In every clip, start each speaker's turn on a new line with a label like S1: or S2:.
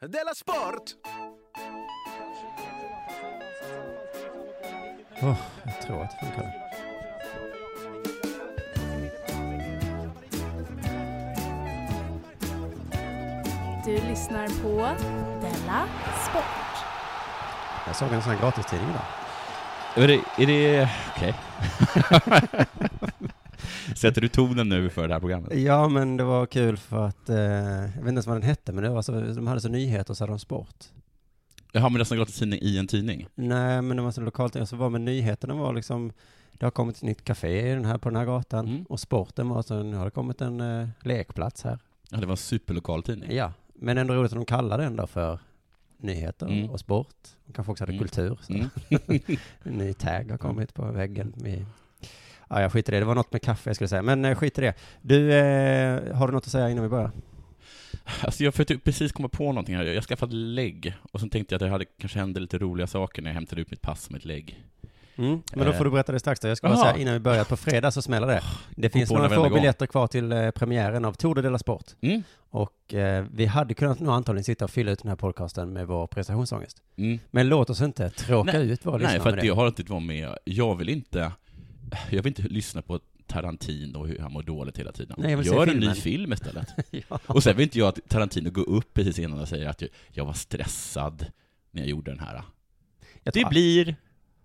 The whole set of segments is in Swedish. S1: Della Sport!
S2: Åh, jag tror att det funkar.
S3: Du lyssnar på Della Sport.
S2: Jag såg en sån här gratistidning idag.
S4: Är det... Är det Okej. Sätter du tonen nu för det här programmet?
S2: Ja, men det var kul för att, eh, jag vet inte ens vad den hette, men det var så, de hade så nyheter och så hade de sport.
S4: Jaha, men det är som en gratis tidning i en tidning?
S2: Nej, men det var så lokalt, och så var med nyheterna var liksom, det har kommit ett nytt café i den här, på den här gatan,
S4: Mm.
S2: och sporten var så, nu har det kommit en eh, lekplats här.
S4: Ja, det var en superlokal tidning.
S2: Ja, men ändå roligt att de kallar den då för nyheter
S4: Mm.
S2: och sport. De kanske också hade
S4: Mm.
S2: kultur. Så.
S4: Mm.
S2: En ny tag har kommit på väggen. I... Ja, jag skiter i det. Det var något med kaffe jag skulle säga, men eh, skit i det. Du, eh, har du något att säga innan vi börjar?
S4: Alltså jag försökte precis komma på någonting här. Jag skaffade lägg och sen tänkte jag att det hade, kanske hände lite roliga saker när jag hämtade ut mitt pass med ett lägg.
S2: Mm, men då
S4: Eh. Oh,
S2: får du berätta det strax då. Jag ska bara
S4: Jaha.
S2: säga innan vi börjar, på fredag så smäller det. Det finns
S4: på när
S2: några
S4: vi
S2: få
S4: ändå går.
S2: biljetter kvar till eh, premiären av Tour de Della Sport.
S4: Mm.
S2: Och eh, vi hade kunnat nu antagligen sitta och fylla ut den här podcasten med vår prestationsångest.
S4: Mm.
S2: Men låt oss inte tråka
S4: Nej.
S2: ut våra
S4: Nej,
S2: lyssnare
S4: för
S2: med
S4: att jag har inte varit med. Jag vill inte, jag vill inte lyssna på Tarantino och hur han mår dåligt hela tiden.
S2: Nej, jag vill se
S4: Gör en
S2: filmen.
S4: ny film istället.
S2: Ja.
S4: Och sen vill inte jag att Tarantino går upp precis innan och säger att jag- jag var stressad när jag gjorde den här.
S2: Jag
S4: Det
S2: tror,
S4: blir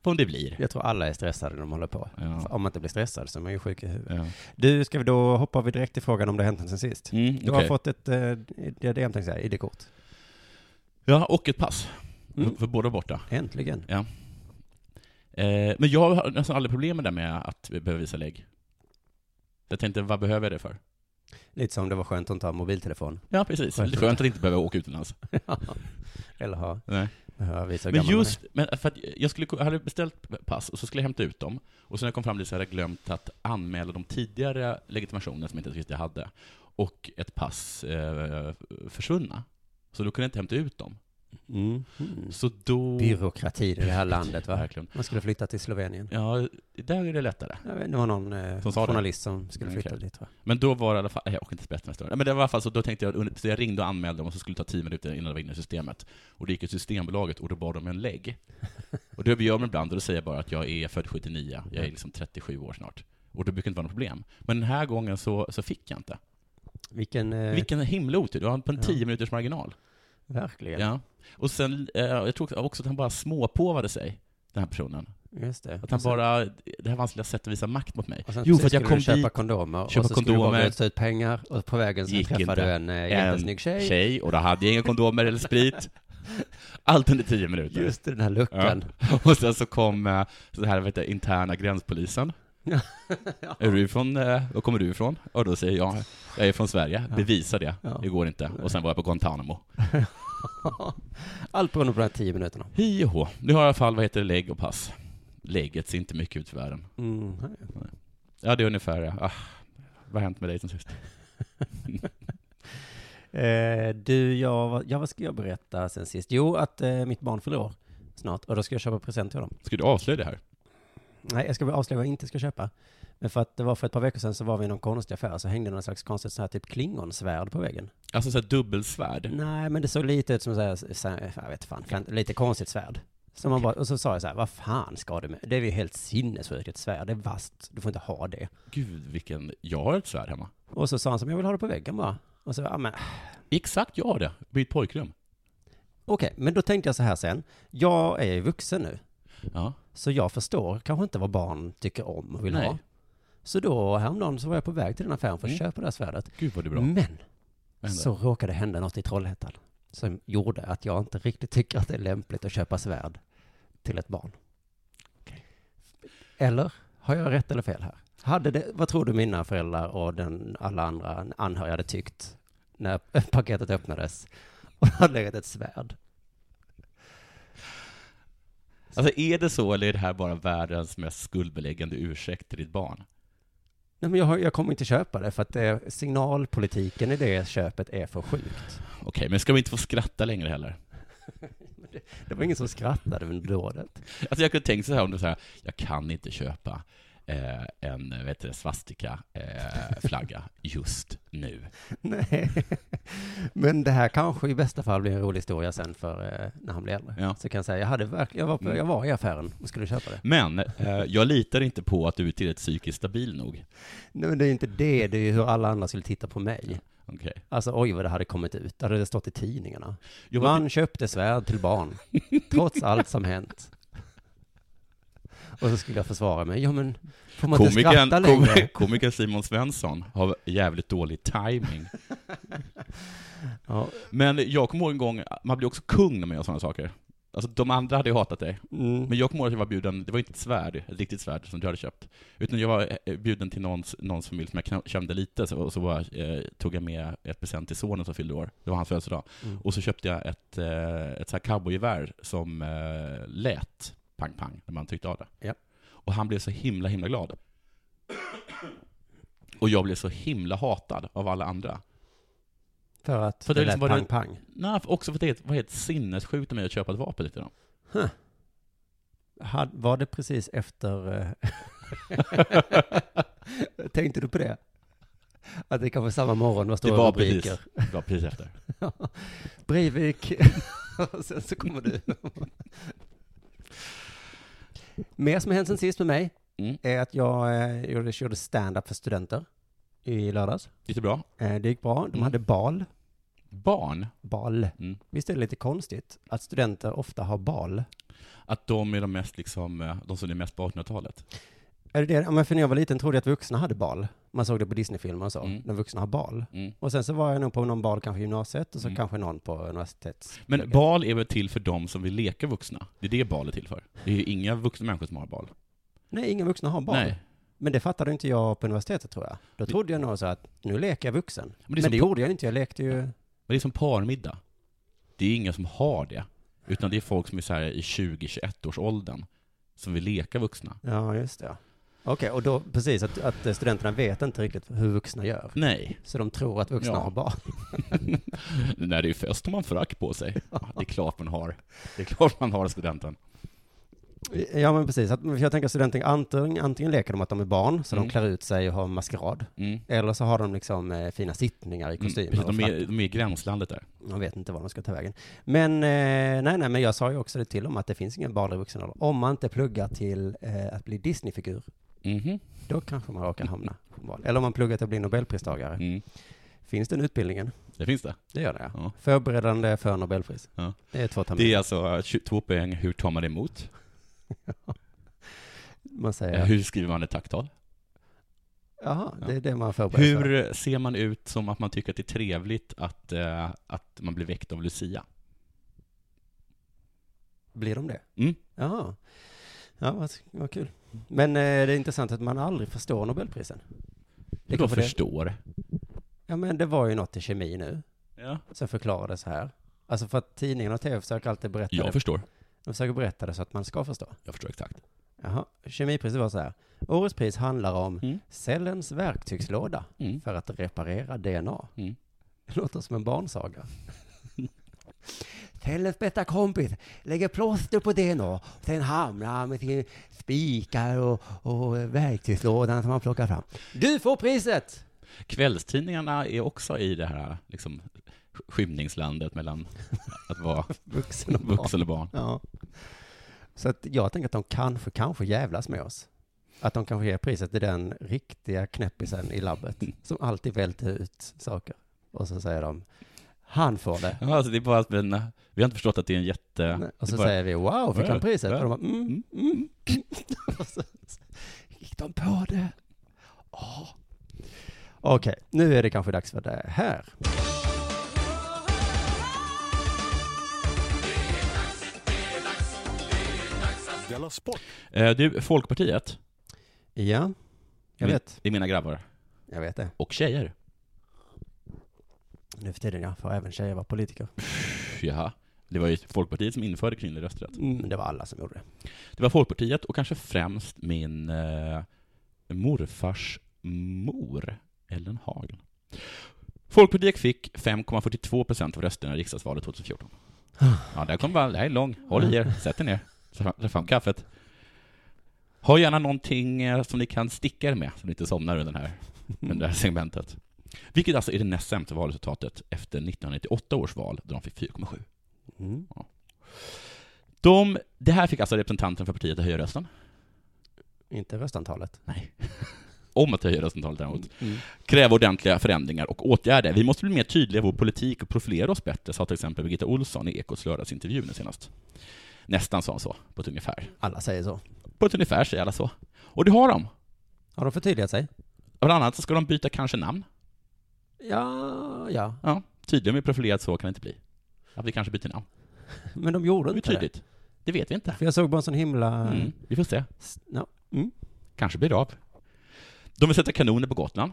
S4: som det blir.
S2: jag tror alla är stressade när de håller på.
S4: Ja.
S2: Om man inte blir stressad så är man ju sjuk i huvudet.
S4: Ja.
S2: Du, ska vi då hoppar vi direkt till frågan om det har hänt något sen sist?
S4: Mm,
S2: Du har
S4: okej.
S2: fått ett, eh, det det jag tänkte säga, ID-kort.
S4: ja, och ett pass.
S2: Mm.
S4: För- För båda borta.
S2: Äntligen.
S4: Eh, men jag har nästan aldrig problem med det med att vi behöver visa lägg. Jag tänkte, vad behöver jag det för?
S2: Lite som det var skönt att inte ha mobiltelefon.
S4: Ja, precis.
S2: Skönt.
S4: Skönt, skönt att inte behöva åka utomlands.
S2: Eller ha,
S4: Nej.
S2: behöva visa hur
S4: Men
S2: gammal man är.
S4: just, men för att jag, skulle, jag hade beställt pass och så skulle jag hämta ut dem. Och sen när jag kom fram dit så hade jag glömt att anmäla de tidigare legitimationerna som jag inte visste jag hade. Och ett pass eh, försvunna. Så då kunde jag inte hämta ut dem.
S2: Mm. Mm.
S4: Så då...
S2: Byråkrati i det här landet va?
S4: Verkligen.
S2: Man skulle flytta till Slovenien.
S4: Ja, där är det lättare.
S2: Jag vet, Det var någon eh,
S4: Som sa det. Mm,
S2: journalist som skulle
S4: Okej.
S2: flytta dit va?
S4: Men då var det i alla fall, nej, jag orkar inte berätta den här historien. Nej, Men det var i alla fall så, då tänkte jag, under- så jag ringde och anmälde dem och så skulle det ta tio minuter innan de var inne i systemet. Och det gick till Systembolaget och då bad de om en lägg. Och det gör man ibland, och då säger jag bara att jag är född 79, jag är liksom 37 år snart. Och det brukar inte vara något problem. Men den här gången så, så fick jag inte.
S2: Vilken, eh,
S4: Vilken himla otur, det var på en
S2: Ja.
S4: 10 minuters marginal.
S2: verkligen.
S4: Ja. Och sen, eh, jag tror också att han bara småpåvade sig, den här personen.
S2: Just det.
S4: Att han
S2: Och sen-
S4: bara, det här var hans lilla sätt att visa makt mot mig.
S2: och sen
S4: Jo,
S2: så
S4: för att jag
S2: skulle
S4: kom
S2: du köpa
S4: dit,
S2: kondomer
S4: köpa
S2: och så skulle du bara
S4: kondomer.
S2: ösa ut pengar och på vägen så
S4: Gick
S2: träffade
S4: inte.
S2: du en eh, jättesnygg tjej.
S4: tjej och då hade jag inga kondomer eller sprit. Allt under tio minuter.
S2: Just det, den här luckan.
S4: Och sen så kom eh, så här, vet jag, interna gränspolisen.
S2: Ja.
S4: Är du ifrån, eh, var kommer du ifrån? Och då säger jag, jag är från Sverige,
S2: Ja.
S4: bevisa det.
S2: Ja.
S4: Det går inte. Och sen var jag på Guantanamo.
S2: Allt beroende på de här tio minuterna.
S4: Hi och hå. Nu har jag i alla fall, vad heter det, lägg och pass. Lägget ser inte mycket ut i världen.
S2: Mm. nej.
S4: Ja, det är ungefär, ja. ah, vad har hänt med dig sen sist?
S2: Eh, du, jag, var- ja, vad ska jag berätta sen sist? Jo, att eh, mitt barn fyller år snart och då ska jag köpa present till honom.
S4: Ska du avslöja det här?
S2: Nej, jag ska väl avslöja vad jag inte ska köpa. Men för att det var för ett par veckor sedan så var vi i någon konstig affär så hängde någon slags konstigt så här typ klingonsvärd på väggen.
S4: Alltså såhär dubbelsvärd?
S2: Nej, men det såg lite ut som så här, så här jag vet fan, fan, lite konstigt svärd. Så man bara, och så sa jag så här, vad fan ska du med? Det är ju helt sinnessjukt, ett svärd, det är vasst, du får inte ha det.
S4: Gud, vilken... Jag har ett svärd hemma.
S2: Och så sa han som, jag vill ha det på väggen bara. Och så, ja men
S4: Exakt, jag har det. I mitt pojkrum.
S2: Okej, men då tänkte jag så här sen. Jag är ju vuxen nu,
S4: Ja.
S2: så jag förstår kanske inte vad barn tycker om och vill
S4: Nej.
S2: ha. Så då häromdagen så var jag på väg till den affären för att
S4: Mm.
S2: köpa det här svärdet.
S4: Gud vad du är bra.
S2: Men
S4: Vad hände?
S2: Mm. så råkade det hända något i Trollhättan som gjorde att jag inte riktigt tycker att det är lämpligt att köpa svärd till ett barn. Eller har jag rätt eller fel här? Hade det, vad tror du mina föräldrar och den, alla andra anhöriga hade tyckt när paketet öppnades och det hade legat ett svärd?
S4: Alltså är det så, eller är det här bara världens mest skuldbeläggande ursäkt till ditt barn?
S2: Nej, men jag, har- jag kommer inte köpa det för att eh, signalpolitiken i det köpet är för sjukt.
S4: Okej, men ska vi inte få skratta längre heller?
S2: Det var ingen som skrattade under dådet.
S4: Alltså jag kunde tänkt så här om det så här, jag kan inte köpa eh, en vet du, svastika eh, flagga just nu.
S2: Nej. Men det här kanske i bästa fall blir en rolig historia sen för eh, när han blir äldre.
S4: Ja.
S2: Så kan jag säga, jag, hade verkligen, jag, var på, jag var i affären och skulle köpa det.
S4: Men eh, jag litar inte på att du är tillräckligt psykiskt stabil nog.
S2: Nej men det är inte det, det är ju hur alla andra skulle titta på mig.
S4: Okej.
S2: Alltså oj vad det hade kommit ut, det hade det stått i tidningarna.
S4: Jo, men-
S2: Man köpte svärd till barn, trots allt som hänt. Och så skulle jag försvara mig, ja men får man inte
S4: Komikern,
S2: skratta
S4: kom,
S2: längre?
S4: komikern Simon Svensson har jävligt dålig timing.
S2: Ja,
S4: Men jag kommer ihåg en gång, man blir också kung när man gör sådana saker. Alltså de andra hade ju hatat dig.
S2: mm,
S4: Men jag kommer ihåg att jag var bjuden, det var inte ett svärd, ett riktigt svärd som du hade köpt, utan jag var eh, bjuden till någons, någons familj som jag kna- kände lite, så, och så var, jag, eh, tog jag med ett present till sonen som fyllde år, det var hans födelsedag.
S2: Mm.
S4: Och så köpte jag ett, eh, ett så här cowboygevär som eh, lät pang-pang när man tryckte av det.
S2: Ja.
S4: Och han blev så himla, himla glad. Och jag blev så himla hatad av alla andra.
S2: för att
S4: För det
S2: det lät
S4: liksom var det-
S2: pang-pang.
S4: Nej, för- också för att det var helt sinnessjukt av mig att köpa ett vapen lite då.
S2: Had- Var det precis efter... eh, Tänkte du på det? Att det kanske var samma morgon, det var
S4: Det
S2: stora
S4: var
S2: rubriker.
S4: precis, det var precis efter.
S2: Breivik, och sen så kommer du. Mer som hänt sen sist med mig
S4: Mm.
S2: är att jag eh, gjorde, körde stand-up för studenter i lördags.
S4: Gick det bra?
S2: Eh, det gick bra, de
S4: Mm.
S2: hade bal.
S4: Barn?
S2: Bal.
S4: Mm.
S2: Visst är det lite konstigt att studenter ofta har bal?
S4: Att de är de mest liksom, eh, de som är mest på 1800-talet.
S2: Är det det? Ja, men för när jag var liten trodde jag att vuxna hade bal. Man såg det på Disneyfilmer och så,
S4: Mm.
S2: när vuxna har bal.
S4: Mm.
S2: Och sen så var jag nog på någon bal, kanske i gymnasiet, och så
S4: Mm.
S2: kanske någon på universitets...
S4: Men bal är väl till för de som vill leka vuxna? Det är det bal är till för. Det är ju inga vuxna människor som har bal.
S2: Nej, inga vuxna har bal.
S4: Nej.
S2: Men det fattade inte jag på universitetet tror jag. Då trodde jag nog så att nu leker jag vuxen.
S4: Men
S2: Men
S4: det är
S2: det,
S4: som po-
S2: gjorde jag inte, jag lekte ju...
S4: Men det är som parmiddag. Det är inga som har det. Utan det är folk som är så här i 20-21 års åldern som vill leka vuxna.
S2: Ja, just det. ja. Okej, och då precis att, att studenterna vet inte riktigt hur vuxna gör.
S4: Nej.
S2: Så de tror att vuxna
S4: Ja.
S2: har bal.
S4: När det är fest har man frack på sig. Ja, Det är klart man har. Det är klart man har studenten.
S2: Ja, men precis. Att, för jag tänker att studenter antingen, antingen leker de att de är barn, så
S4: Mm.
S2: de klär ut sig och har maskerad.
S4: Mm.
S2: Eller så har de liksom eh, fina sittningar i
S4: Mm,
S2: kostymer.
S4: precis,
S2: och
S4: de, är,
S2: frack.
S4: de är i gränslandet där.
S2: de vet inte var de ska ta vägen. Men, eh, nej, nej, men jag sa ju också det till dem att det finns ingen bal i vuxen ålder. Om man inte pluggar till eh, att bli Disney-figur,
S4: Mhm.
S2: då kanske man råkar hamna på val. Eller om man pluggar till att bli Nobelpristagare.
S4: Mm.
S2: Finns den utbildningen?
S4: Det finns det.
S2: Det gör det, ja.
S4: Ja.
S2: Förberedande för Nobelpris.
S4: Ja.
S2: Det är två terminer.
S4: Det är alltså eh, 22 poäng, hur tar man emot?
S2: Man
S4: Eh,
S2: säger,
S4: Hur skriver man ett tacktal?
S2: jaha,
S4: Ja.
S2: det är det man förbereder för.
S4: Hur ser man ut som att man tycker att det är trevligt att, eh, att man blir väckt av Lucia?
S2: Blir de det?
S4: Mm.
S2: Jaha. Ja, vad, vad kul. Men eh, det är intressant att man aldrig förstår Nobelprisen.
S4: Det
S2: kanske det.
S4: förstår.
S2: Ja, men det var ju något i kemi nu,
S4: Ja.
S2: som förklarades här. Alltså för att tidningarna och tv försöker alltid berätta
S4: Jag
S2: det.
S4: förstår.
S2: De försöker berätta det så att man ska förstå.
S4: Jag förstår exakt.
S2: Jaha, kemipriset var så här. Årets pris handlar om
S4: Mm.
S2: cellens verktygslåda
S4: Mm.
S2: för att reparera DNA.
S4: Mm.
S2: Det låter som en barnsaga. Cellens bästa kompis lägger plåster på DNA, sen hamnar han med sin spikar och, och verktygslådan som han plockar fram. Du får priset!
S4: Kvällstidningarna är också i det här liksom, sk- skymningslandet mellan att vara
S2: Vuxen och barn.
S4: vuxen och barn.
S2: Ja. Så att jag tänker att de kanske, kanske jävlas med oss. Att de kanske ger priset till den riktiga knäppisen i labbet
S4: Mm.
S2: som alltid välter ut saker. Och så säger de, han får det.
S4: Ja, alltså, det är bara att, men, eh, vi har inte förstått att det är en
S2: Nej,
S4: jätte...
S2: Och
S4: det är
S2: så
S4: bara,
S2: säger vi wow, fick
S4: Ja,
S2: han priset?
S4: ja.
S2: Och de bara, mm, mm. Och så gick de på det. Åh. Okej, nu är det kanske dags för det här.
S1: Della Sport!
S4: eh, du, Folkpartiet,
S2: Ja, jag
S4: Mm.
S2: vet.
S4: det är mina grabbar
S2: Jag vet det.
S4: och tjejer.
S2: Nu för tiden ja, för även tjejer var politiker.
S4: Pff, Jaha. Det var ju Folkpartiet som införde kvinnlig rösträtt.
S2: Men det var alla som gjorde det.
S4: Det var Folkpartiet och kanske främst min eh, morfars mor, Ellen Hagen. Folkpartiet fick 5,42 procent av rösterna i riksdagsvalet 2014. Ja, där kom bara, det här är lång, håll i er, sätt er ner, ta fram- ta fram kaffet. Ha gärna någonting eh, som ni kan sticka er med, så ni inte somnar under, den här, under det här segmentet. Vilket alltså är det näst sämsta valresultatet efter 1998 års val, där de fick 4,7.
S2: Mm.
S4: De, det här fick alltså representanten för partiet att höja rösten.
S2: Inte röstantalet.
S4: Nej. Om att höja röstantalet däremot.
S2: Mm,
S4: Kräva ordentliga förändringar och åtgärder. Vi måste bli mer tydliga i vår politik och profilera oss bättre, sa till exempel Birgitta Olsson i Ekots lördagsintervju nu senast. Nästan sa hon så, på ett ungefär.
S2: Alla säger så.
S4: På ett ungefär säger alla så. Och det har de.
S2: Har de förtydligat sig?
S4: Bland annat så ska de byta kanske namn.
S2: Ja, ja.
S4: Ja, tydligare med profilerat så kan det inte bli. Att vi kanske byter namn.
S2: Men de gjorde
S4: Det är
S2: inte det.
S4: tydligt. Det vet vi inte.
S2: För jag såg bara en sån himla...
S4: Mm, vi får se.
S2: s- Ja.
S4: Kanske blir det av. De vill sätta kanoner på Gotland.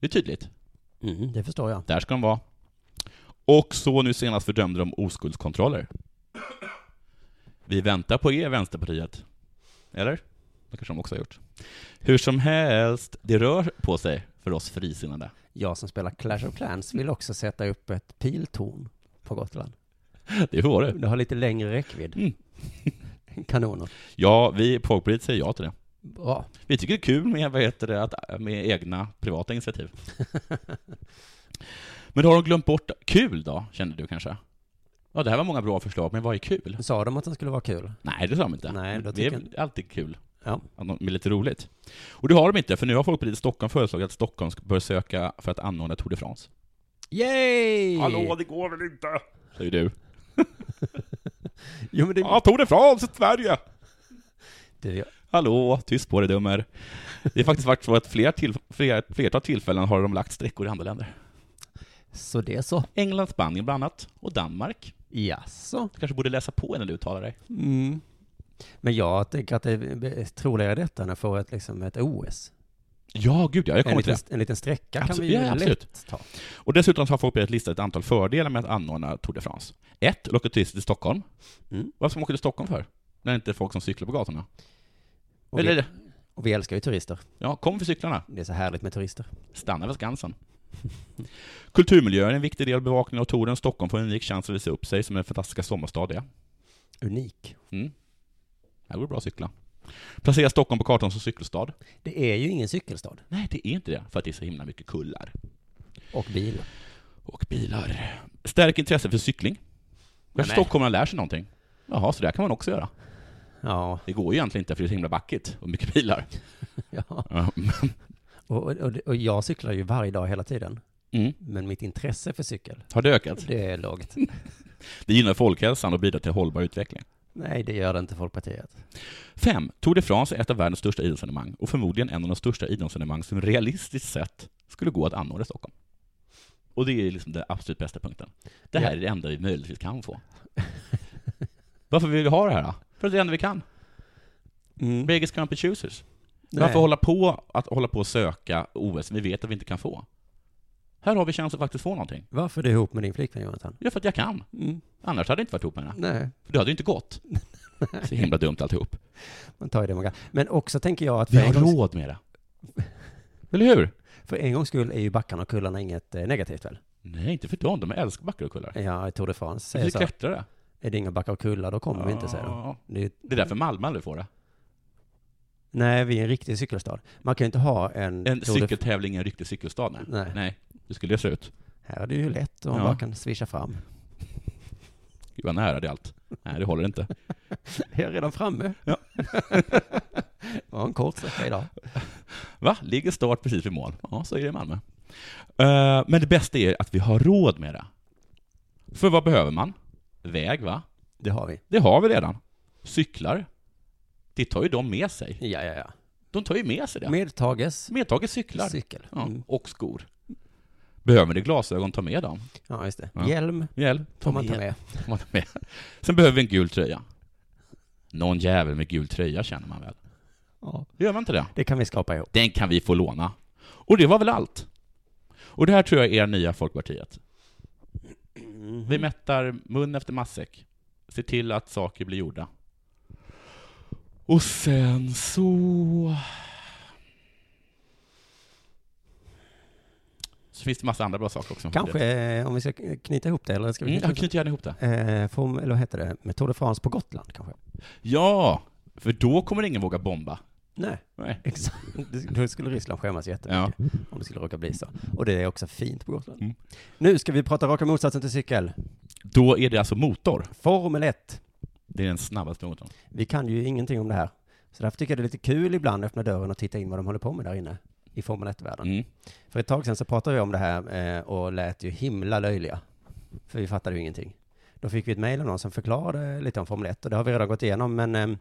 S4: Det är tydligt.
S2: Mm, det förstår jag.
S4: Där ska de vara. Och så nu senast fördömde de oskuldskontroller. Vi väntar på er, Vänsterpartiet. Eller? Det kanske de också har gjort. Hur som helst, det rör på sig för oss frisinnade.
S2: Jag som spelar Clash of Clans vill också sätta upp ett piltorn på Gotland.
S4: Det får du.
S2: Det har lite längre räckvidd.
S4: Eh. Mm.
S2: än Kanoner.
S4: Ja, vi i Folkpartiet säger ja till det.
S2: Bra.
S4: Vi tycker det är kul med, vad heter det, att, med egna privata initiativ. Men då har de glömt bort, kul då, kände du kanske? Ja, det här var många bra förslag, men vad är kul?
S2: Sa de att den skulle vara kul?
S4: Nej, det sa de inte.
S2: Nej, då
S4: det är
S2: tycker
S4: väl alltid kul.
S2: Ja.
S4: Att de- Det är lite roligt. Och det har de inte, för nu har Folkpartiet i Stockholm föreslagit att Stockholm ska- bör söka för att anordna Tour de France.
S2: Yay!
S4: Hallå, det går väl inte? Säger du.
S2: Jo, men det...
S4: Ja, Tour de France, Sverige!
S2: Du, jag-
S4: Hallå, tyst på dig dummer. Det är faktiskt varit så att flera till, flera, flertal tillfällen har de lagt sträckor i andra länder.
S2: Så det är så.
S4: England, Spanien bland annat, och Danmark.
S2: Jaså?
S4: Du kanske borde läsa på innan du uttalar dig.
S2: Mm. Men jag tänker att det är troligare detta än att få ett, liksom, ett OS.
S4: Ja, gud ja, jag
S2: En
S4: kommer till
S2: liten,
S4: det.
S2: en liten sträcka kan
S4: Absolut,
S2: vi ju
S4: ja, absolut.
S2: lätt ta.
S4: Och dessutom så har Folkpartiet listat ett antal fördelar med att anordna Tour de France. Ett, locka turister till Stockholm.
S2: Mm.
S4: Vad ska man åka till Stockholm för? När det inte är folk som cyklar på gatorna.
S2: Och,
S4: Eller,
S2: vi, och vi älskar ju turister.
S4: ja, kom för cyklarna.
S2: Det är så härligt med turister.
S4: Stanna vid Skansen. Kulturmiljön är en viktig del av bevakningen av touren. Stockholm får en unik chans att visa upp sig som den fantastiska sommarstad det är.
S2: Unik.
S4: Mm. Här går det bra att cykla. Placera Stockholm på kartan som cykelstad.
S2: Det är ju ingen cykelstad.
S4: Nej, det är inte det, för att det är så himla mycket kullar.
S2: Och bil.
S4: Och bilar. Stärk intresset för cykling. Kanske
S2: Nej, nej.
S4: stockholmarna lär sig någonting. Jaha, så där kan man också göra.
S2: Ja,
S4: Det går ju egentligen inte för det är så himla backigt och mycket bilar.
S2: ja.
S4: Ja, men-
S2: Och, och, och- och jag cyklar ju varje dag hela tiden.
S4: Mm.
S2: Men mitt intresse för cykel,
S4: Har det ökat?
S2: det är lågt.
S4: Det gynnar folkhälsan och bidrar till hållbar utveckling.
S2: Nej, det gör det inte Folkpartiet.
S4: 5. Tour de France är ett av världens största idrottsevenemang och förmodligen en av de största idrottsevenemang som realistiskt sett skulle gå att anordna i Stockholm. Och det är liksom den absolut bästa punkten. Det här
S2: Ja.
S4: är det enda vi möjligtvis kan få. Varför vill vi ha det här då? För att det är det enda vi kan. Biggest Grumpy Choosers. Mm. Varför hålla på att hålla på och söka OS som vi vet att vi inte kan få? Här har vi chans att faktiskt få någonting.
S2: Varför är du ihop med din flickvän Jonathan?
S4: Ja, för att jag kan. Annars hade jag inte varit ihop med
S2: Nej,
S4: henne. För det hade ju inte gått. Så himla dumt alltihop.
S2: man tar ju det man kan. Men också tänker jag att för
S4: Vi har
S2: en, gångs,
S4: råd med det. Eller hur?
S2: för en gångs skull är ju backarna och kullarna inget eh, negativt väl?
S4: Nej, inte för dem. De älskar backar och kullar.
S2: Ja, i Tour de France
S4: De
S2: Eh, säger så.
S4: klättrare.
S2: Är det inga backar och kullar, då kommer vi inte, säger de.
S4: Ja,
S2: Det är,
S4: Det är därför Malmö aldrig får det.
S2: nej, vi är en riktig cykelstad. Man kan ju inte ha en...
S4: En
S2: Tour de-
S4: cykeltävling i en riktig cykelstad. Nej.
S2: Mm. Nej.
S4: Nej, det skulle jag se ut.
S2: Här är det ju lätt om man
S4: Ja.
S2: bara kan swisha fram.
S4: Gud vad nära det är allt. Nej, det håller inte.
S2: Jag är redan framme.
S4: Ja.
S2: det var en kort sträcka idag.
S4: Va? Ligger start precis vid mål? Ja, så är det i Malmö. Eh, Men det bästa är att vi har råd med det. För vad behöver man? Väg, va?
S2: Det har vi.
S4: Det har vi redan. Cyklar. Det tar ju de med sig.
S2: Ja, ja, ja.
S4: De tar ju med sig det.
S2: Medtages
S4: Medtaget cyklar.
S2: cykel.
S4: Ja,
S2: Mm.
S4: och skor. Behöver ni glasögon, ta med dem.
S2: Ja, just det.
S4: Ja.
S2: Hjälm
S4: Hjälp,
S2: får man ta med.
S4: får man ta med. Sen behöver vi en gul tröja. Någon jävel med gul tröja känner man väl?
S2: Ja.
S4: Gör man inte det?
S2: Det kan vi skapa ihop.
S4: Den kan vi få låna. Och det var väl allt. Och det här tror jag är nya Folkpartiet. Vi mättar mun efter matsäck. Ser till att saker blir gjorda. Och sen så... Så finns det massa andra bra saker också.
S2: Kanske eh, om vi ska knyta ihop det, eller ska vi
S4: Mm,
S2: knyta
S4: jag
S2: ihop
S4: knyter gärna ihop det.
S2: det? Eh, form, eller vad heter det? Med Tour de France på Gotland kanske?
S4: Ja, för då kommer ingen våga bomba.
S2: Nej,
S4: Nej.
S2: exakt. Då skulle Ryssland skämmas jättemycket om det skulle råka bli så. Och det är också fint på Gotland.
S4: Mm.
S2: Nu ska vi prata raka motsatsen till cykel.
S4: Då är det alltså motor.
S2: Formel 1.
S4: Det är den snabbaste motorn.
S2: Vi kan ju ingenting om det här. Så därför tycker jag det är lite kul ibland att öppna dörren och titta in vad de håller på med där inne i Formel 1-världen.
S4: Mm.
S2: För ett tag sedan så pratade vi om det här eh, och lät ju himla löjliga. För vi fattade ju ingenting. Då fick vi ett mejl av någon som förklarade lite om Formel 1 och det har vi redan gått igenom men eh,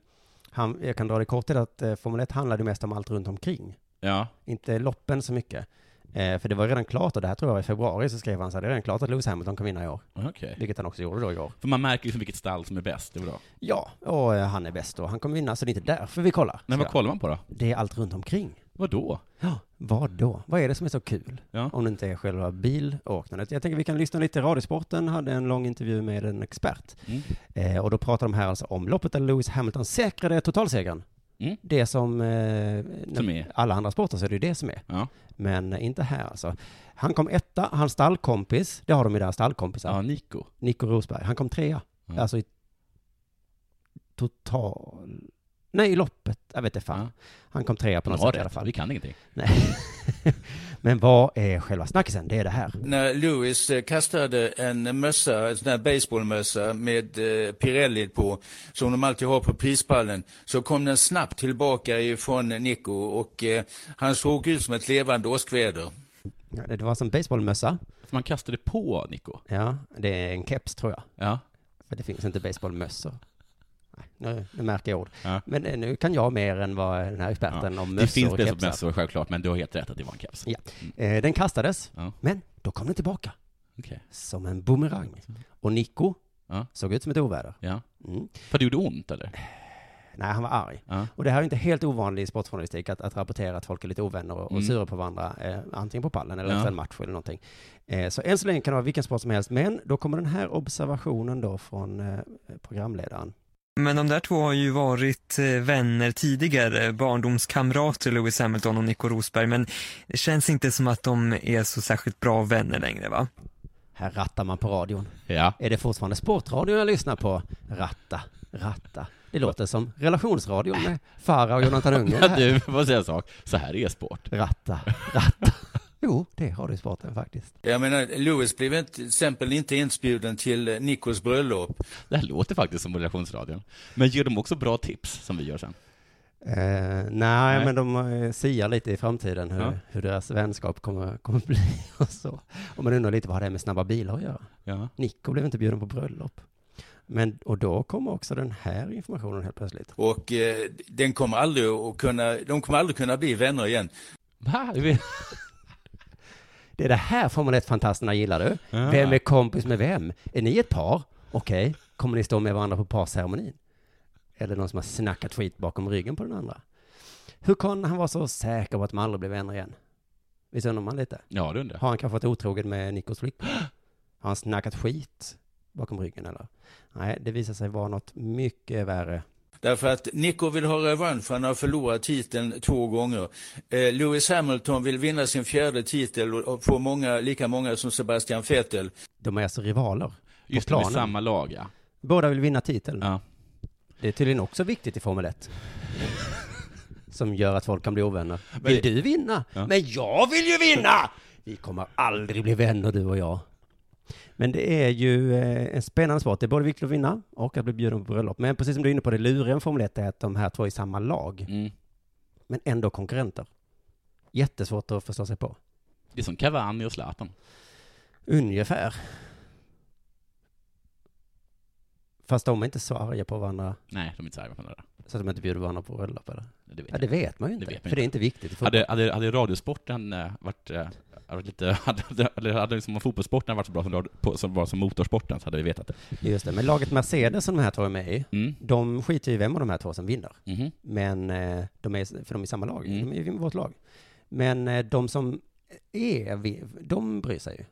S2: han, jag kan dra det kort till att eh, Formel 1 handlade ju mest om allt runt omkring.
S4: Ja,
S2: Inte loppen så mycket. Eh, för det var redan klart och det här tror jag var i februari så skrev han så här, det är redan klart att Lewis Hamilton kan vinna i år.
S4: okej.
S2: Vilket han också gjorde då i år.
S4: För man märker liksom vilket stall som är bäst, det är bra.
S2: Ja, och eh, han är bäst och han kommer vinna så det är inte därför vi kollar.
S4: Men
S2: Så
S4: vad
S2: jag,
S4: kollar man på då?
S2: det är allt runt omkring.
S4: Vad då?
S2: Ja, vad då? Vad är det som är så kul?
S4: Ja.
S2: Om det inte är själva bilåkandet. Jag tänker vi kan lyssna lite. Radiosporten hade en lång intervju med en expert.
S4: Mm.
S2: Eh, och då pratar de här alltså om loppet där Lewis Hamilton säkrade totalsegern.
S4: Mm.
S2: Det som, eh,
S4: Som är?
S2: alla andra sporter så är det ju det som är.
S4: Ja.
S2: Men inte här alltså. Han kom etta, hans stallkompis, det har de ju där, stallkompisar,
S4: ja, Nico.
S2: Nico Rosberg, han kom trea.
S4: Ja.
S2: Alltså i total... Nej, i loppet. Jag vet inte fan.
S4: Ja.
S2: Han kom trea på något
S4: Ja,
S2: sätt i alla
S4: rätt.
S2: fall.
S4: Vi kan ingenting.
S2: Nej. Men vad är själva snackisen? Det är det här.
S5: När Lewis eh, kastade en mössa, en sån här baseballmössa med eh, Pirelli på, som de alltid har på prispallen, så kom den snabbt tillbaka ifrån Nico och eh, han såg ut som ett levande åskväder.
S2: Ja, Det var som baseballmössa.
S4: För man kastade på Nico.
S2: Ja, det är en keps tror jag.
S4: Ja.
S2: För det finns inte baseballmössor. Nej, Nu, nu märker jag ord.
S4: Ja.
S2: Men eh, nu kan jag mer än vad den här experten om mössor
S4: Det finns
S2: och
S4: det som
S2: kepsar.
S4: mössor självklart, men du har helt rätt att det var en keps.
S2: Ja. Eh, Den kastades,
S4: Ja.
S2: men då kom den tillbaka
S4: Okej.
S2: som en boomerang. Och Nico
S4: Ja.
S2: såg ut som ett oväder.
S4: Ja.
S2: Mm.
S4: För det gjorde ont, eller?
S2: Nej, han var arg.
S4: Ja.
S2: Och det här är inte helt ovanligt i sportjournalistik, att, att rapportera att folk är lite ovänner och, och
S4: Mm.
S2: sura på varandra, eh, antingen på pallen eller
S4: Ja.
S2: efter en match eller någonting. Eh, så än så länge kan det vara vilken sport som helst, men då kommer den här observationen då från eh, programledaren.
S6: Men de där två har ju varit eh, vänner tidigare, barndomskamrater Lewis Hamilton och Nico Rosberg, men det känns inte som att de är så särskilt bra vänner längre va?
S2: Här rattar man på radion.
S4: Ja.
S2: Är det fortfarande sportradio jag lyssnar på? Ratta, ratta. Det låter som relationsradio med Farah och Jonathan Unge. det
S4: Men
S2: här.
S4: du, får säga en sak. Så här är sport.
S2: Ratta, ratta. Jo, det har du i sporten faktiskt.
S5: Jag menar, Lewis blev inte- till exempel inte inbjuden till eh, Nicos bröllop.
S4: Det här låter faktiskt som relationsradion. Men ger de också bra tips, som vi gör sen?
S2: Eh, nej, men de eh, siar lite i framtiden hur,
S4: Ja.
S2: hur deras vänskap kommer, kommer bli och så. Och man undrar lite vad det är med snabba bilar att göra.
S4: Ja.
S2: Nico blev inte bjuden på bröllop. Men, och då kommer också den här informationen helt plötsligt.
S5: Och eh, den kommer aldrig att kunna, de kommer aldrig kunna bli vänner igen.
S4: Va? Är vi-
S2: Det är det här Formel 1-fantasterna gillar du.
S4: Ah.
S2: Vem är kompis med vem? Är ni ett par? Okej, kommer ni stå med varandra på parceremonin? Eller någon som har snackat skit bakom ryggen på den andra? Hur kan han vara så säker på att de aldrig blir vänner igen? Visst undrar man lite?
S4: Ja, det undrar jag.
S2: Har han kanske varit otrogen med Nikos flickvän? Har han snackat skit bakom ryggen eller? Nej, det visar sig vara något mycket värre.
S5: Därför att Nico vill ha revansch, han har förlorat titeln två gånger. Eh, Lewis Hamilton vill vinna sin fjärde titel och- och få många, lika många som Sebastian Vettel.
S2: De är alltså rivaler.
S4: Just det,
S2: planen.
S4: med samma lag, ja.
S2: Båda vill vinna titeln.
S4: ja.
S2: Det är tydligen också viktigt i Formel 1. Som gör att folk kan bli ovänner.
S4: Men-
S2: Vill du vinna?
S4: Ja.
S2: Men jag vill ju vinna! Vi kommer aldrig bli vänner du och jag. Men det är ju eh, en spännande sport. Det är både viktigt att vinna och att bli bjuden på bröllop. Men precis som du är inne på, det luriga med Formel 1 är att de här två är i samma lag.
S4: Mm.
S2: men ändå konkurrenter. Jättesvårt att förstå sig på.
S4: Det är som Cavani och Zlatan.
S2: Ungefär. Fast de är inte så arga på varandra
S4: Nej, de är inte så arga på varandra.
S2: så att de inte bjuder varandra på bröllop eller?
S4: Det
S2: Ja,
S4: vet jag.
S2: det vet man ju inte.
S4: Det vet man
S2: för det är inte viktigt. i fotboll.
S4: Hade, hade, hade radiosporten eh, varit, eh, varit lite, hade, hade, hade, hade liksom fotbollssporten varit så bra som, radio- på- som, var som motorsporten så hade vi vetat det.
S2: Just det. Men laget Mercedes som de här två är med i,
S4: Mm.
S2: de skiter ju i vem av de här två som vinner.
S4: Mhm.
S2: Men eh, de är, för de är i samma lag.
S4: Mm.
S2: De är ju i vårt lag. Men eh, de som är, vi- de bryr sig ju.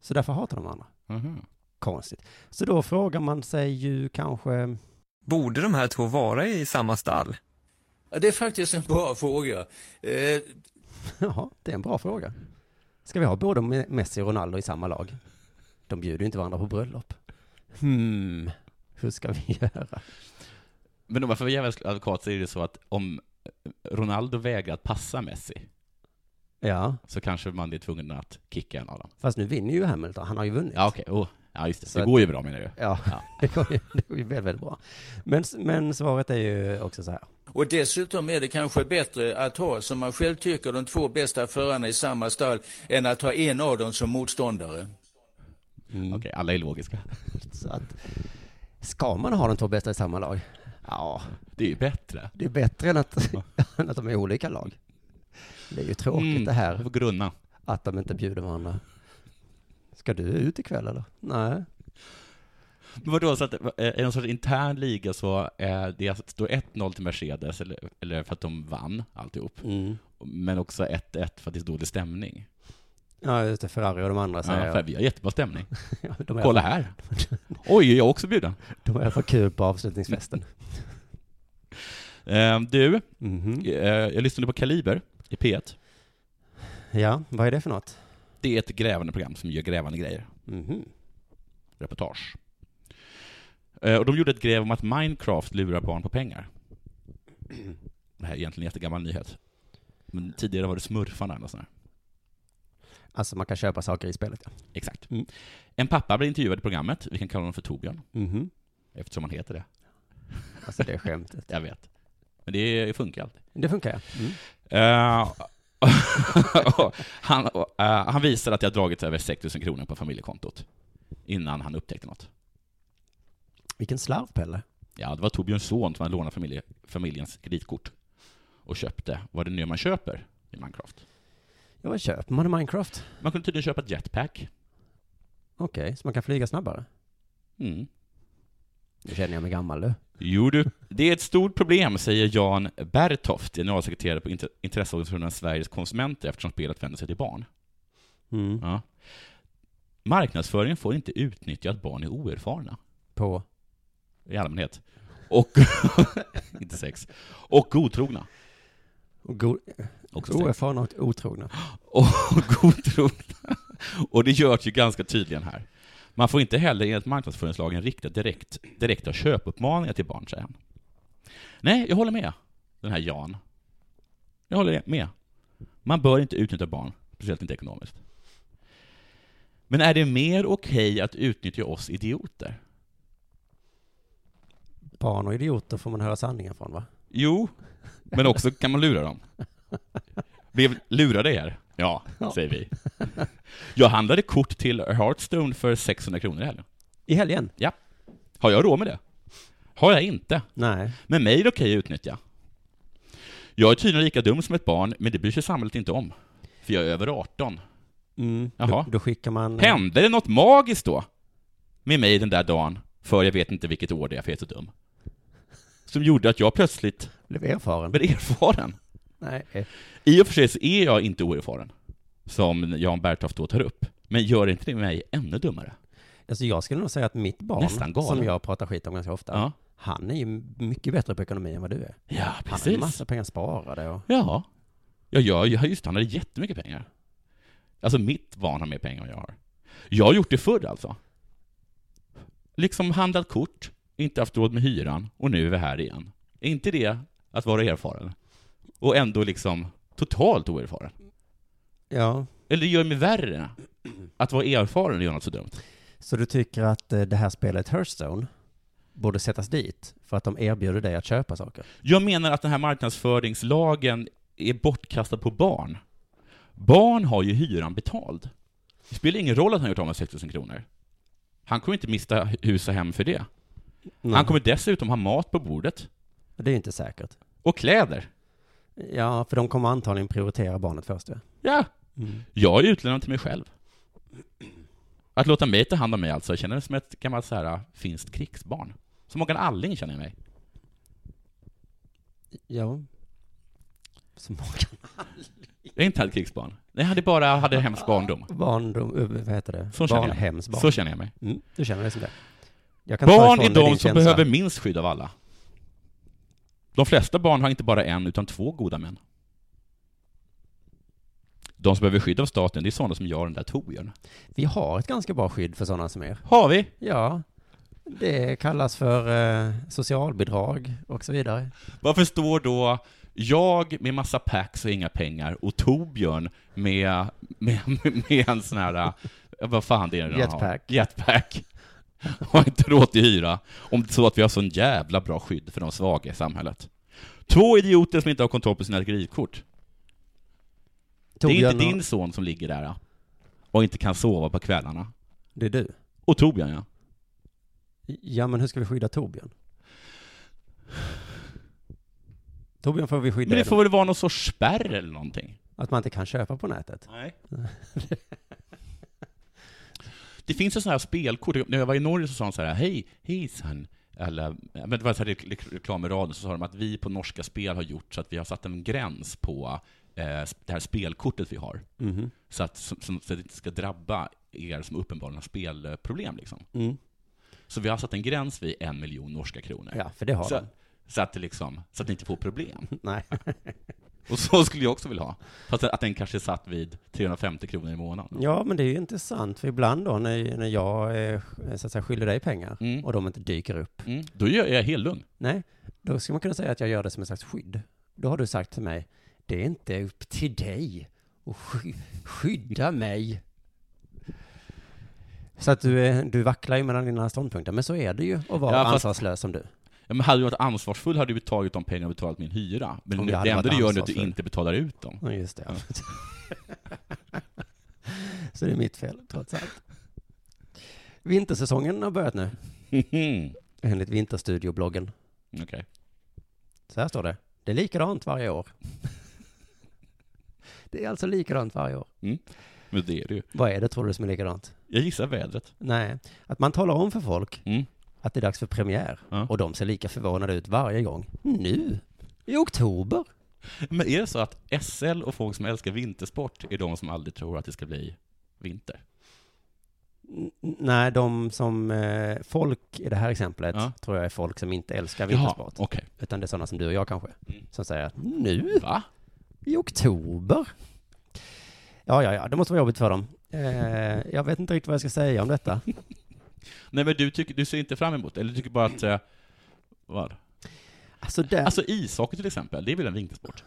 S2: Så därför hatar de varandra.
S4: Mhm.
S2: Konstigt. Så då frågar man sig ju kanske,
S6: Borde de här två vara i samma stall?
S5: Ja, det är faktiskt en bra fråga. Eh,
S2: Jaha, det är en bra fråga. Ska vi ha både Me- Messi och Ronaldo i samma lag? De bjuder ju inte varandra på bröllop. Hmm, hur ska vi göra?
S4: Men om man får vara djävulsk advokat så är det så att om Ronaldo vägrar att passa Messi,
S2: Ja,
S4: så kanske man är tvungen att kicka en av dem.
S2: fast nu vinner ju Hamilton. Han har ju vunnit.
S4: Ja, okej. Oh. Ja, just det.
S2: Så
S4: det
S2: att- Mm.
S4: går ju bra menar du?
S2: Ja,
S4: Ja.
S2: det går ju, det går ju väldigt, väldigt bra. Men, men svaret är ju också så här.
S5: Och dessutom är det kanske bättre att ha, som man själv tycker, de två bästa förarna i samma stall än att ha en av dem som motståndare.
S2: Mm.
S4: Okej, alla är logiska.
S2: Så att, ska man ha de två bästa i samma lag? Ja,
S4: Det är ju bättre.
S2: det är bättre än att, än att de är i olika lag. Det är ju tråkigt det
S4: Jag
S2: här,
S4: får grunna.
S2: att de inte bjuder varandra. Ska du ut ikväll eller? Nej.
S4: Men vadå, så att, eh, är det någon sorts intern liga så eh, det står 1-0 till Mercedes, eller, eller för att de vann alltihop,
S2: Mm.
S4: men också 1-1 för att det är dålig stämning.
S2: Ja, just det, Ferrari och de andra
S4: Ja,
S2: säger...
S4: för vi har jättebra stämning.
S2: Alltså, Ja, de, är,
S4: Kolla här! Oj, är jag också bjuden?
S2: de är för kul på avslutningsfesten.
S4: Eh, Du,
S2: Mhm.
S4: eh, jag lyssnade på Kaliber i P1.
S2: Ja, vad är det för något?
S4: Det är ett grävande program som gör grävande grejer,
S2: Mhm.
S4: reportage. Eh, Och de gjorde ett gräv om att Minecraft lurar barn på pengar. Det här är egentligen en jättegammal nyhet. Men tidigare var det smurfarna eller något sånt där.
S2: Alltså man kan köpa saker i spelet, ja.
S4: Exakt.
S2: Mm.
S4: En pappa blir intervjuad i programmet, vi kan kalla honom för Torbjörn,
S2: Mhm.
S4: eftersom han heter det.
S2: Alltså det är skämtet.
S4: Jag vet. Men det funkar alltid.
S2: Det funkar ja. Mm.
S4: Eh, han, uh, han visar att jag dragit över 6 000 kronor på familjekontot, innan han upptäckte något.
S2: Vilken slarv, Pelle.
S4: Ja, det var Torbjörns son som hade lånat familje, familjens kreditkort och köpte vad det nu är man köper i Minecraft.
S2: Ja, vad köper man i Minecraft?
S4: Man kunde tydligen köpa ett jetpack.
S2: Okej, så man kan flyga snabbare?
S4: Mm.
S2: Nu känner jag mig gammal du.
S4: Jo du, det är ett stort problem, säger Jan Bertoft, generalsekreterare på inter- intresseorganisationen Sveriges konsumenter, eftersom spelet vänder sig till barn.
S2: Mm.
S4: Ja. Marknadsföringen får inte utnyttja att barn är oerfarna,
S2: På?
S4: i allmänhet. Och, inte sex, och godtrogna.
S2: Och go-
S4: Också sex.
S2: oerfarna och otrogna.
S4: och godtrogna. Och det görs ju ganska tydligen här. Man får inte heller enligt marknadsföringslagen rikta direkt, direkta köpuppmaningar till barn, säger han. Nej, jag håller med, den här Jan. Jag håller med. Man bör inte utnyttja barn, speciellt inte ekonomiskt. Men är det mer okej att utnyttja oss idioter?
S2: Barn och idioter får man höra sanningen från va?
S4: Jo, men också kan man lura dem. Blev lurade er? Ja,
S2: Ja.
S4: säger vi. Jag handlade kort till Hearthstone för 600 kronor i helgen.
S2: I helgen?
S4: Har jag råd med det? Har jag inte.
S2: Nej.
S4: Men mig är det okej att utnyttja. Jag är tydligen lika dum som ett barn, men det bryr sig samhället inte om. För jag är över 18.
S2: Mm.
S4: Jaha.
S2: Då, då skickar man...
S4: Hände det något magiskt då? Med mig den där dagen, för jag vet inte vilket år det är, för jag är så dum. Som gjorde att jag plötsligt
S2: Blev erfaren?
S4: blev erfaren.
S2: Nej.
S4: I och för sig så är jag inte oerfaren, som Jan Bertoft då tar upp. Men gör inte det mig ännu dummare?
S2: Alltså jag skulle nog säga att mitt
S4: Nästan
S2: barn,
S4: galen.
S2: som jag pratar skit om ganska ofta,
S4: Ja,
S2: han är ju mycket bättre på ekonomi än vad du är.
S4: ja
S2: Han har ju
S4: precis.
S2: massa pengar sparade och...
S4: Ja. Ja, ja, ja, just det, han hade jättemycket pengar. Alltså mitt barn har mer pengar än jag har. Jag har gjort det förr alltså. Liksom handlat kort, inte haft råd med hyran och nu är vi här igen. Är inte det att vara erfaren? Och ändå liksom totalt oerfaren?
S2: Ja.
S4: Eller det gör mig värre att vara erfaren och göra något så dumt?
S2: Så du tycker att eh, det här spelet Hearthstone borde sättas dit för att de erbjuder dig att köpa saker?
S4: Jag menar att den här marknadsföringslagen är bortkastad på barn. Barn har ju hyran betald. Det spelar ingen roll att han gjort av med 6 000 kronor. Han kommer inte mista hus och hem för det. Han kommer dessutom ha mat på bordet.
S2: Det är ju inte säkert.
S4: Och kläder.
S2: Ja, för de kommer antagligen prioritera barnet först ju.
S4: Ja, jag är utlämnad till mig själv. Att låta mig ta hand om mig alltså, jag känner mig som ett gammalt så här äh, finskt krigsbarn. Som Morgan Alling känner jag mig.
S2: Ja. Så många
S4: Jag är inte ett krigsbarn. Nej, jag hade bara hade hemsk barndom.
S2: barndom, eh, vad heter det?
S4: Så känner jag.
S2: Barnhemsbarn.
S4: Så känner jag mig.
S2: Mm, du känner dig som det? Jag kan ta
S4: Barn
S2: ifrån
S4: är
S2: dig din
S4: de som
S2: känsla.
S4: behöver minst skydd av alla. De flesta barn har inte bara en, utan två goda män. De som behöver skydd av staten, det är sådana som jag och den där Torbjörn.
S2: Vi har ett ganska bra skydd för sådana som er.
S4: Har vi?
S2: Ja. Det kallas för eh, socialbidrag och så vidare.
S4: Varför står då Jag med massa packs och inga pengar och Torbjörn med, med, med en sån här, eh, vad fan det är den
S2: Jetpack.
S4: har. Jetpack. Har inte råd till hyra, om det är så att vi har sån jävla bra skydd för de svaga i samhället. Två idioter som inte har kontroll på sina kreditkort. Det är
S2: Torbjörn
S4: inte
S2: och-
S4: din son som ligger där ja, och inte kan sova på kvällarna.
S2: Det är du.
S4: Och Torbjörn ja.
S2: Ja, men hur ska vi skydda Torbjörn? Torbjörn får vi skydda
S4: Men det
S2: genom
S4: får väl vara någon sorts spärr eller någonting?
S2: att man inte kan köpa på nätet.
S4: Nej. det finns en sån här spelkort, när jag var i Norge så sa de så här, hej, hejsan, eller, men det var så här rekl- reklam i radion, så sa de att vi på Norska Spel har gjort så att vi har satt en gräns på eh, det här spelkortet vi har.
S2: Mhm.
S4: Så att, som, som, så att det inte ska drabba er som uppenbarligen har spelproblem. Liksom.
S2: Mm.
S4: Så vi har satt en gräns vid en miljon norska kronor.
S2: Ja, för det har
S4: så,
S2: de.
S4: så, att det liksom, så att ni inte får problem.
S2: Nej.
S4: Och så skulle jag också vilja ha. Fast att den kanske är satt vid 350 kronor i månaden.
S2: Ja, men det är ju intressant, för ibland då när, när jag eh, så att säga, skyller dig pengar
S4: Mm.
S2: och de inte dyker upp,
S4: Mm. Då är jag helt lugn.
S2: nej, då ska man kunna säga att jag gör det som en slags skydd. Då har du sagt till mig, det är inte upp till dig att sky- skydda mig. Så att du, är- du vacklar ju mellan dina ståndpunkter, men så är det ju att vara
S4: Ja, fast-
S2: ansvarslös som du.
S4: Ja, men hade du varit ansvarsfull hade du tagit de pengarna och betalat min hyra. Men
S2: Om
S4: nu,
S2: jag hade
S4: det enda
S2: varit
S4: du gör nu är att du
S2: ansvarsfull.
S4: inte betalar ut dem.
S2: Ja, just det. Så det är mitt fel, trots allt. Vintersäsongen har börjat nu,
S4: Mhm.
S2: enligt Vinterstudiobloggen.
S4: Okej.
S2: Så här står det. Det är likadant varje år. Det är alltså likadant varje år.
S4: Men det är det ju.
S2: Vad är det tror du som är likadant?
S4: Jag gissar vädret.
S2: Nej, att man talar om för folk
S4: Mm.
S2: att det är dags för premiär.
S4: Ja.
S2: Och de ser lika förvånade ut varje gång. Nu? I oktober?
S4: Men är det så att SL och folk som älskar vintersport är de som aldrig tror att det ska bli vinter?
S2: N- Nej, de som eh, folk i det här exemplet
S4: Ja.
S2: tror jag är folk som inte älskar vintersport.
S4: Jaha, okej.
S2: Utan det är sådana som du och jag kanske.
S4: Mm.
S2: Som säger att nu?
S4: Va?
S2: I oktober? Ja, ja, ja, det måste vara jobbigt för dem. Eh, jag vet inte riktigt vad jag ska säga om detta.
S4: Nej men du, tycker, du ser inte fram emot det, eller du tycker bara att... Eh, vad?
S2: Alltså, där,
S4: Alltså ishockey till exempel, det är väl en vintersport?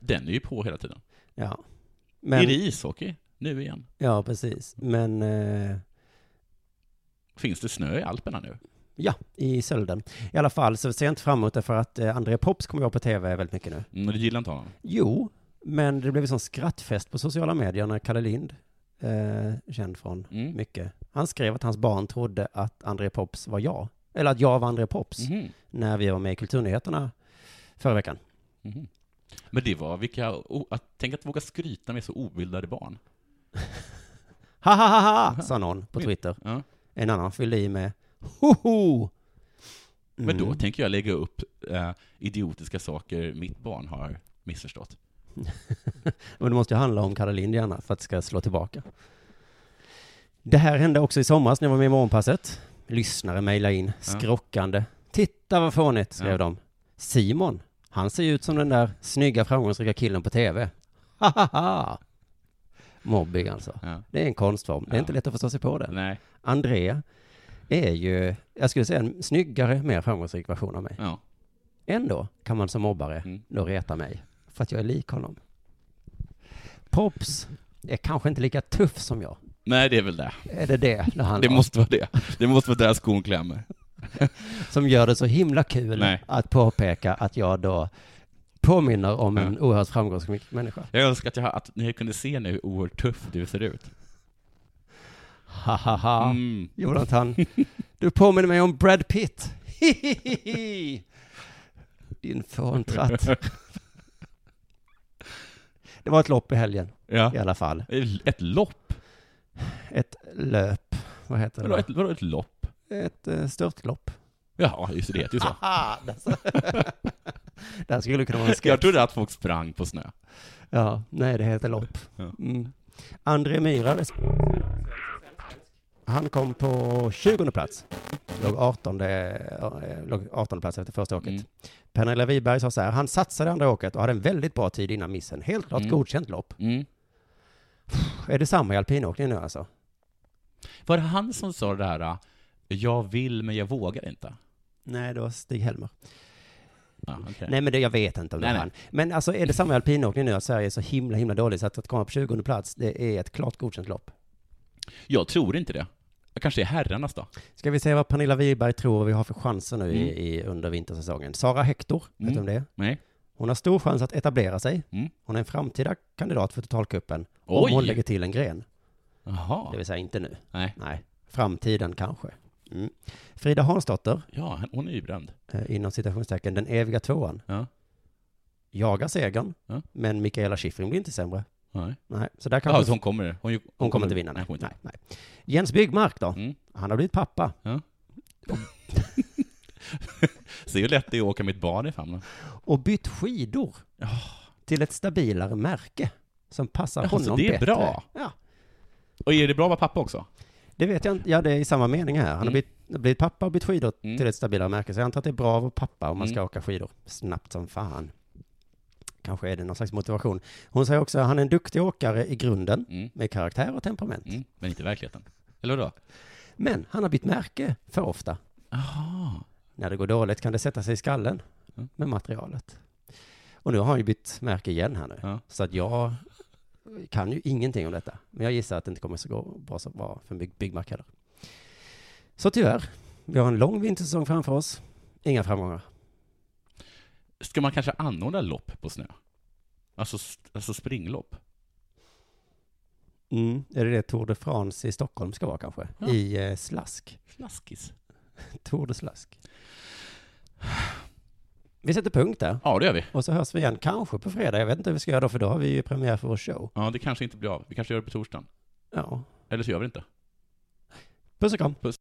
S4: Den är ju på hela tiden.
S2: ja. Men,
S4: Är det ishockey? Nu igen.
S2: Ja, precis. Men eh,
S4: Finns det snö i Alperna nu?
S2: ja, i Sölden. I alla fall så ser jag inte fram emot det för att eh, André Pops kommer jag på tv väldigt mycket nu.
S4: Mm, du gillar inte honom?
S2: Jo, men det blev en sån skrattfest på sociala medier när Kalle Lind, eh, känd från
S4: Mm.
S2: mycket, han skrev att hans barn trodde att André Pops var jag. Eller att jag var André Pops
S4: Mhm.
S2: när vi var med i Kulturnyheterna förra veckan.
S4: Mhm. Men det var vilka... o- att, tänk att våga skryta med så obildade barn.
S2: Ha ha ha ha, sa någon på Twitter.
S4: Ja.
S2: En annan fyllde i med hoho.
S4: Men då
S2: Mm.
S4: tänker jag lägga upp eh, idiotiska saker mitt barn har missförstått.
S2: Men det måste ju handla om Kalle Lind gärna för att det ska slå tillbaka. Det här hände också i somras när jag var med i Morgonpasset. Lyssnare mejlade in, skrockande. Titta vad fånigt, skrev
S4: Ja.
S2: de. Simon, han ser ju ut som den där snygga framgångsrika killen på tv. Ha ha ha! Mobbing alltså.
S4: Ja.
S2: Det är en konstform. Det är
S4: Ja.
S2: inte lätt att förstå sig på den.
S4: Nej.
S2: André är ju, jag skulle säga en snyggare, mer framgångsrik version av mig.
S4: Ja.
S2: Ändå kan man som mobbare
S4: Mm.
S2: då reta mig för att jag är lik honom. Pops är kanske inte lika tuff som jag.
S4: Nej, det är väl det.
S2: Är det det det handlar
S4: Det
S2: om?
S4: måste vara det. Det måste vara där skon klämmer.
S2: Som gör det så himla kul
S4: Nej.
S2: att påpeka att jag då påminner om en oerhört framgångsrik människa.
S4: Jag önskar att, jag, att ni kunde se nu hur oerhört tuff du ser ut.
S2: Ha ha ha.
S4: Mm.
S2: Jonathan, du påminner mig om Brad Pitt. Hihihi. Din fåntratt. Det var ett lopp i helgen
S4: Ja.
S2: i alla fall.
S4: Ett lopp?
S2: Ett löp. Vad heter det?
S4: Vadå
S2: då?
S4: ett, vadå ett lopp?
S2: ett eh, störtlopp.
S4: Ja, just det, det heter ju så.
S2: det här skulle kunna vara en
S4: Jag
S2: sketch.
S4: trodde att folk sprang på snö.
S2: Ja, nej, det heter lopp.
S4: Ja.
S2: Mm. André Myhra, det- han kom på 20 plats. Låg 18, eh, låg 18 plats efter första åket.
S4: Mm.
S2: Pernilla Wiberg sa så här, han satsade andra åket och hade en väldigt bra tid innan missen. Helt klart
S4: Mm.
S2: godkänt lopp.
S4: Mm.
S2: Är det samma i alpinåkning nu alltså?
S4: Var det han som sa det äh, här, jag vill men jag vågar inte?
S2: Nej, det var Stig Helmer.
S4: Ja, okej.
S2: Nej, men det, jag vet inte om det är
S4: Nej, nej.
S2: han. Men alltså, är det samma i alpinåkning nu, att Sverige är så himla, himla dålig, så att, att komma på 20 plats, det är ett klart godkänt lopp.
S4: Jag tror inte det. Kanske det är herrarnas då?
S2: Ska vi se vad Pernilla Wiberg tror vi har för chanser nu i, i, under vintersäsongen. Sara Hector, vet du om det?
S4: Mm. Nej?
S2: Hon har stor chans att etablera sig.
S4: Mm.
S2: Hon är en framtida kandidat för totalkuppen. Om
S4: Oj!
S2: hon lägger till en gren.
S4: Jaha.
S2: Det vill säga inte nu.
S4: Nej.
S2: Nej, framtiden kanske. Mm. Frida Hansdotter,
S4: Ja, han- hon är ju bränd.
S2: eh, inom citationstecken, den eviga tvåan,
S4: Ja.
S2: jagar segern.
S4: Ja.
S2: Men Mikaela Shiffrin blir inte sämre.
S4: Nej.
S2: Nej, så där
S4: Ja,
S2: kanske...
S4: så hon kommer. Hon, ju-
S2: Hon kommer inte vinna, nej.
S4: hon kommer
S2: nej,
S4: inte.
S2: nej. Jens Byggmark då?
S4: Mm.
S2: Han har blivit pappa.
S4: Se hur lätt det är att åka mitt barn i famnen.
S2: Och bytt skidor
S4: Ja.
S2: till ett stabilare märke som passar
S4: Ah. Jaha, så
S2: honom
S4: det är
S2: bättre.
S4: bra.
S2: Ja,
S4: Och är det bra att vara pappa också?
S2: det vet jag inte. Ja, det är i samma mening här. Han har
S4: Mm.
S2: blivit, blivit pappa och bytt skidor
S4: Mm.
S2: till ett stabilare märke. Så jag antar att det är bra att vara pappa om man ska
S4: Mm.
S2: åka skidor. Snabbt som fan. Kanske är det någon slags motivation. Hon säger också att han är en duktig åkare i grunden,
S4: Mm.
S2: med karaktär och temperament.
S4: Mm. Men inte i verkligheten. Eller vadå?
S2: Men han har bytt märke för ofta.
S4: Jaha.
S2: När det går dåligt kan det sätta sig i skallen
S4: Mm.
S2: med materialet. Och nu har han ju bytt märke igen här nu.
S4: Ja.
S2: Så att jag kan ju ingenting om detta. Men jag gissar att det inte kommer så gå bra så bra för en bygg, byggmark heller. Så tyvärr, vi har en lång vintersäsong framför oss. Inga framgångar.
S4: Ska man kanske anordna lopp på snö? Alltså, s- alltså springlopp?
S2: Mm. Är det det Tour de France i Stockholm ska vara kanske?
S4: Ja.
S2: I eh, slask.
S4: Slaskis.
S2: Tour de slask. Vi sätter punkt där.
S4: Ja, det gör vi.
S2: Och så hörs vi igen, kanske på fredag. Jag vet inte hur vi ska göra då, för då har vi ju premiär för vår show.
S4: Ja, det kanske inte blir av. Vi kanske gör det på torsdagen.
S2: Ja.
S4: Eller så gör vi det inte.
S2: Puss och kram.
S4: Puss.